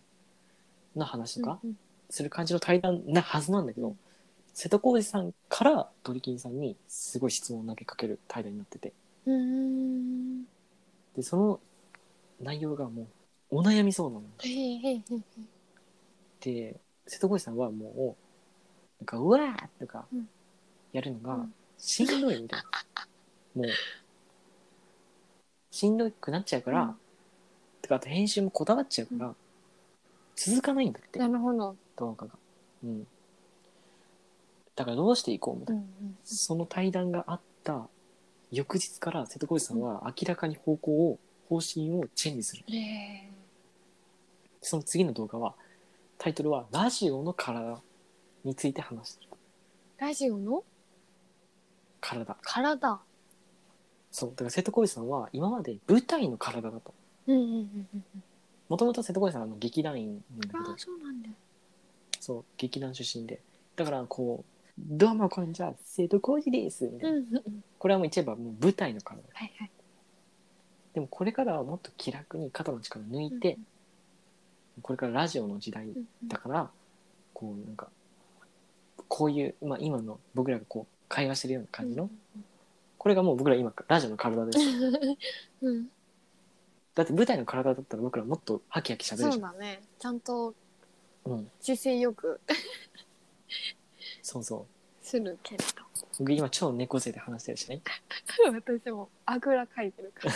[SPEAKER 2] の話とか
[SPEAKER 1] うん
[SPEAKER 2] する感じの対談なはずなんだけど、
[SPEAKER 1] うん
[SPEAKER 2] 瀬戸康史さんからドリキンさんにすごい質問を投げかける対談になってて
[SPEAKER 1] うんう
[SPEAKER 2] でその内容がもうお悩みそうなの
[SPEAKER 1] ーんへいへいへい
[SPEAKER 2] で瀬戸康史さんはもうなんか「うわー!」とか
[SPEAKER 1] うん
[SPEAKER 2] やるの
[SPEAKER 1] う
[SPEAKER 2] が
[SPEAKER 1] ん
[SPEAKER 2] しんどいみたいな、 もうしんどくなっちゃうから、
[SPEAKER 1] うん
[SPEAKER 2] とかあと編集もこだわっちゃうから、続かないんだって
[SPEAKER 1] なるほど
[SPEAKER 2] 動画が、うん、だからどうしていこうみたいな
[SPEAKER 1] うんうん
[SPEAKER 2] その対談があった翌日から瀬戸康史さんは明らかに方向を方針をチェンジする
[SPEAKER 1] へ
[SPEAKER 2] その次の動画はタイトルは「ラジオの体」について話してる
[SPEAKER 1] ーラジオの
[SPEAKER 2] 体
[SPEAKER 1] 体
[SPEAKER 2] そうだから瀬戸康史さんは今まで舞台の体だと
[SPEAKER 1] うんうんうんうん
[SPEAKER 2] もともと瀬戸康史さんはあの劇団員なんだけ
[SPEAKER 1] あ
[SPEAKER 2] ど
[SPEAKER 1] あそうなんだ
[SPEAKER 2] そう劇団出身でだからこう「どうもこんにちは瀬戸康史です」みた
[SPEAKER 1] う
[SPEAKER 2] い
[SPEAKER 1] ん
[SPEAKER 2] な、
[SPEAKER 1] うんうん
[SPEAKER 2] これはもう言えばもう舞台の体
[SPEAKER 1] はいはい
[SPEAKER 2] でもこれからはもっと気楽に肩の力抜いて、これからラジオの時代
[SPEAKER 1] うんうん
[SPEAKER 2] だからこうなんかこういう、まあ、今の僕らがこう会話してるような感じの、これがもう僕ら今ラジオの体です
[SPEAKER 1] うんうん
[SPEAKER 2] だって舞台の体だったら僕らもっとハキハキしゃべる
[SPEAKER 1] そ
[SPEAKER 2] じ
[SPEAKER 1] う
[SPEAKER 2] ゃん
[SPEAKER 1] だねちゃんと
[SPEAKER 2] そう,、ん、
[SPEAKER 1] 姿勢よく
[SPEAKER 2] そうそ
[SPEAKER 1] するけれど
[SPEAKER 2] う僕今超猫背で話してるしね
[SPEAKER 1] 私もあぐらかいてる から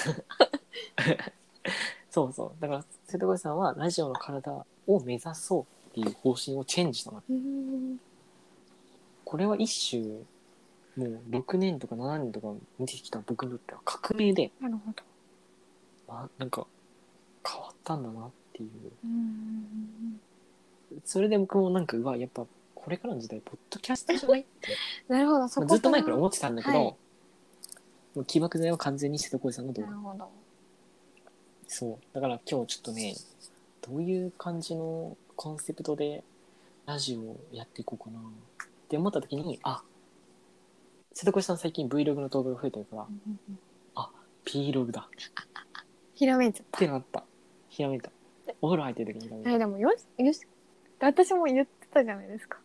[SPEAKER 2] そうそうだから瀬戸越さんはラジオの体を目指そうっていう方針をチェンジしたの
[SPEAKER 1] うん
[SPEAKER 2] これは一種もう6年とか7年とか見てきた僕にとっては革命で、
[SPEAKER 1] なるほど
[SPEAKER 2] あ、なんか変わったんだなっていう
[SPEAKER 1] うん
[SPEAKER 2] それで僕もなんかうわやっぱこれからの時代ポッドキャストじゃない
[SPEAKER 1] なるほどそこ
[SPEAKER 2] ずっと前から思ってたんだけど、
[SPEAKER 1] はい
[SPEAKER 2] もう起爆剤は完全に瀬戸康史さんの動
[SPEAKER 1] な
[SPEAKER 2] 画、
[SPEAKER 1] るほど
[SPEAKER 2] そうだから今日ちょっとねどういう感じのコンセプトでラジオをやっていこうかなって思った時にあ瀬戸康史さん最近 Vlog の動画が増えてるから Plog だ
[SPEAKER 1] ひらめいちゃっ
[SPEAKER 2] ったてなったひらめいたお風呂入ってる時にひらめいた
[SPEAKER 1] えでもよしよし私も言ってたじゃないですか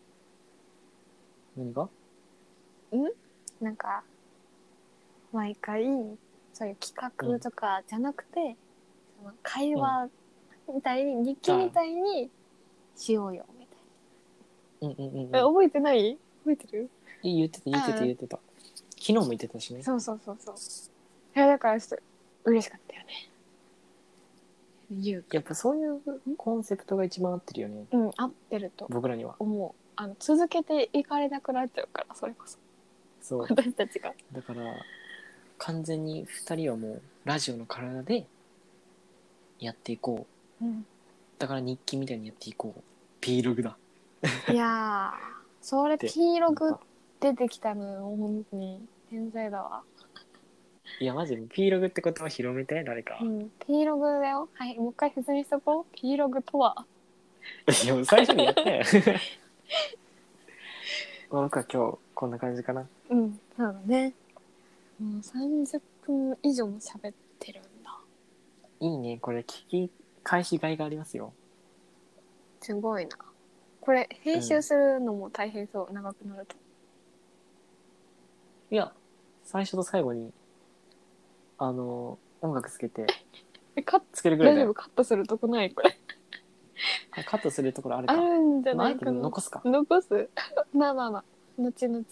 [SPEAKER 2] 何が
[SPEAKER 1] なんか毎回そういう企画とかじゃなくて、その会話みたいに、日記みたいにしようよみたい
[SPEAKER 2] うんうんうん
[SPEAKER 1] な、え
[SPEAKER 2] うん
[SPEAKER 1] 覚えてない覚えてる
[SPEAKER 2] 言ってた言ってた
[SPEAKER 1] うん
[SPEAKER 2] 言ってた昨日も言ってたしね
[SPEAKER 1] そうそうそうそういやだからちょっと嬉しかったよね言う
[SPEAKER 2] やっぱそういうコンセプトが一番合ってるよね
[SPEAKER 1] うん合ってると
[SPEAKER 2] 僕らには
[SPEAKER 1] 思うあの続けていかれなくなっちゃうからそれこそ
[SPEAKER 2] そう
[SPEAKER 1] 私たちが
[SPEAKER 2] だから完全に2人はもうラジオの体でやっていこう
[SPEAKER 1] うん
[SPEAKER 2] だから日記みたいにやっていこう P ログだ
[SPEAKER 1] いやーそれ
[SPEAKER 2] で
[SPEAKER 1] P ロ
[SPEAKER 2] な
[SPEAKER 1] グ
[SPEAKER 2] んか
[SPEAKER 1] 出てきたのよ本当に天才だわ
[SPEAKER 2] いやマジで P ログって言葉広めて誰か、
[SPEAKER 1] う
[SPEAKER 2] い
[SPEAKER 1] ん P ログだよはいもう一回説明しとこう P ログとは
[SPEAKER 2] やもう最初にやった よまあ僕は今日こんな感じかな
[SPEAKER 1] うんそうだねもう30分以上も喋ってるんだ
[SPEAKER 2] いいねこれ聞き返しがいがありますよ
[SPEAKER 1] すごいなこれ編集するのも大変そう、長くなると
[SPEAKER 2] いや最初と最後にあの音楽つけて
[SPEAKER 1] えカット
[SPEAKER 2] つけるぐらい
[SPEAKER 1] 大
[SPEAKER 2] だ
[SPEAKER 1] 丈夫
[SPEAKER 2] よ
[SPEAKER 1] カットするとこないこれ
[SPEAKER 2] あカットするところある
[SPEAKER 1] あ
[SPEAKER 2] か
[SPEAKER 1] るんじゃ
[SPEAKER 2] まあ
[SPEAKER 1] な
[SPEAKER 2] あえ
[SPEAKER 1] い
[SPEAKER 2] て
[SPEAKER 1] かな
[SPEAKER 2] 残すか
[SPEAKER 1] 残す まあまあまあ後々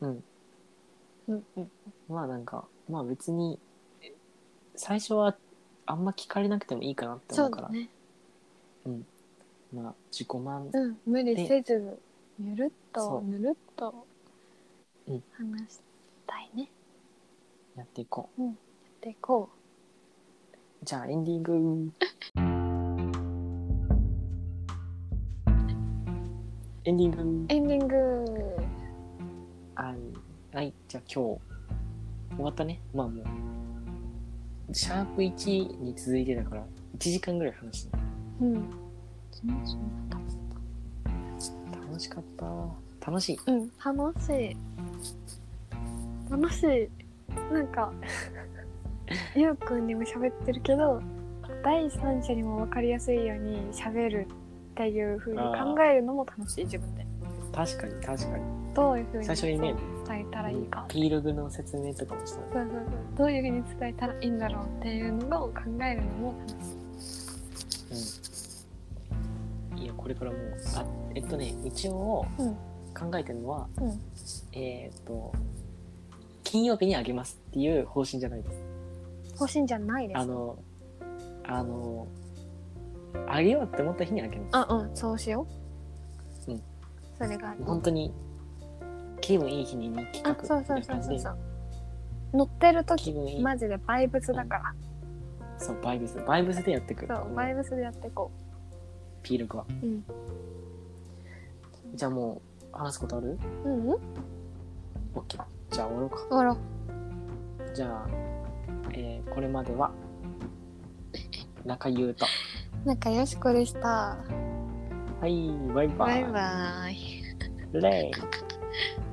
[SPEAKER 2] うん
[SPEAKER 1] うんうん
[SPEAKER 2] まあなんかまあ別に最初はあんま聞かれなくてもいいかなって
[SPEAKER 1] そ
[SPEAKER 2] 思
[SPEAKER 1] う
[SPEAKER 2] うから
[SPEAKER 1] だね
[SPEAKER 2] まあ自己満
[SPEAKER 1] うん無理せずゆるっ
[SPEAKER 2] そ
[SPEAKER 1] と
[SPEAKER 2] う
[SPEAKER 1] ぬるっと
[SPEAKER 2] うん
[SPEAKER 1] 話したいね
[SPEAKER 2] やっていこう、
[SPEAKER 1] でこ
[SPEAKER 2] じゃあエンディン グエンディン
[SPEAKER 1] う
[SPEAKER 2] グ
[SPEAKER 1] エンディング
[SPEAKER 2] はいはいじゃあ今日終わったねまあもうシャープ1に続いてだから1時間ぐらい話した
[SPEAKER 1] うん気持ちよかっ
[SPEAKER 2] 楽しかった楽しい
[SPEAKER 1] たうん楽しい楽しいなんか ゆうくんにも喋ってるけど第三者にも分かりやすいように喋るっていう風に考えるのも楽しい自分で
[SPEAKER 2] 確かに確かに
[SPEAKER 1] どういう風に
[SPEAKER 2] 最初にね
[SPEAKER 1] 伝えたらいいか
[SPEAKER 2] ピーログの説明とかもさ
[SPEAKER 1] そうそうそうどういうふうに伝えたらいいんだろうっていうのを考えるのも楽しい。
[SPEAKER 2] うんいやこれからもうあえっとね一応
[SPEAKER 1] うん
[SPEAKER 2] 考えてるのは、
[SPEAKER 1] うん
[SPEAKER 2] えーっと金曜日にあげますっていう方針じゃないです
[SPEAKER 1] 方針じゃないです。
[SPEAKER 2] あのあのあげようって思った日にあげます
[SPEAKER 1] あうんそうしよう。
[SPEAKER 2] うん。
[SPEAKER 1] それがいい
[SPEAKER 2] 本当に気分いい日にね
[SPEAKER 1] あ
[SPEAKER 2] 企
[SPEAKER 1] そ
[SPEAKER 2] 画
[SPEAKER 1] う
[SPEAKER 2] み
[SPEAKER 1] そそう
[SPEAKER 2] たいうな感じ
[SPEAKER 1] そう
[SPEAKER 2] で
[SPEAKER 1] そう。乗ってる
[SPEAKER 2] 気
[SPEAKER 1] 時
[SPEAKER 2] 分いい、
[SPEAKER 1] マジでバイブスだから。
[SPEAKER 2] そうバイブスバイブスでやってくる
[SPEAKER 1] そうバイブスでやっていこ
[SPEAKER 2] ピールクは
[SPEAKER 1] う。うん。
[SPEAKER 2] じゃあもう話すことある
[SPEAKER 1] うんうん。
[SPEAKER 2] ?OK じゃあ終わろうか
[SPEAKER 1] あら
[SPEAKER 2] じゃあ、えーこれまでは中優と
[SPEAKER 1] なんかよしこでした。
[SPEAKER 2] はいバイバ
[SPEAKER 1] バ
[SPEAKER 2] イ
[SPEAKER 1] イバイ。
[SPEAKER 2] レイ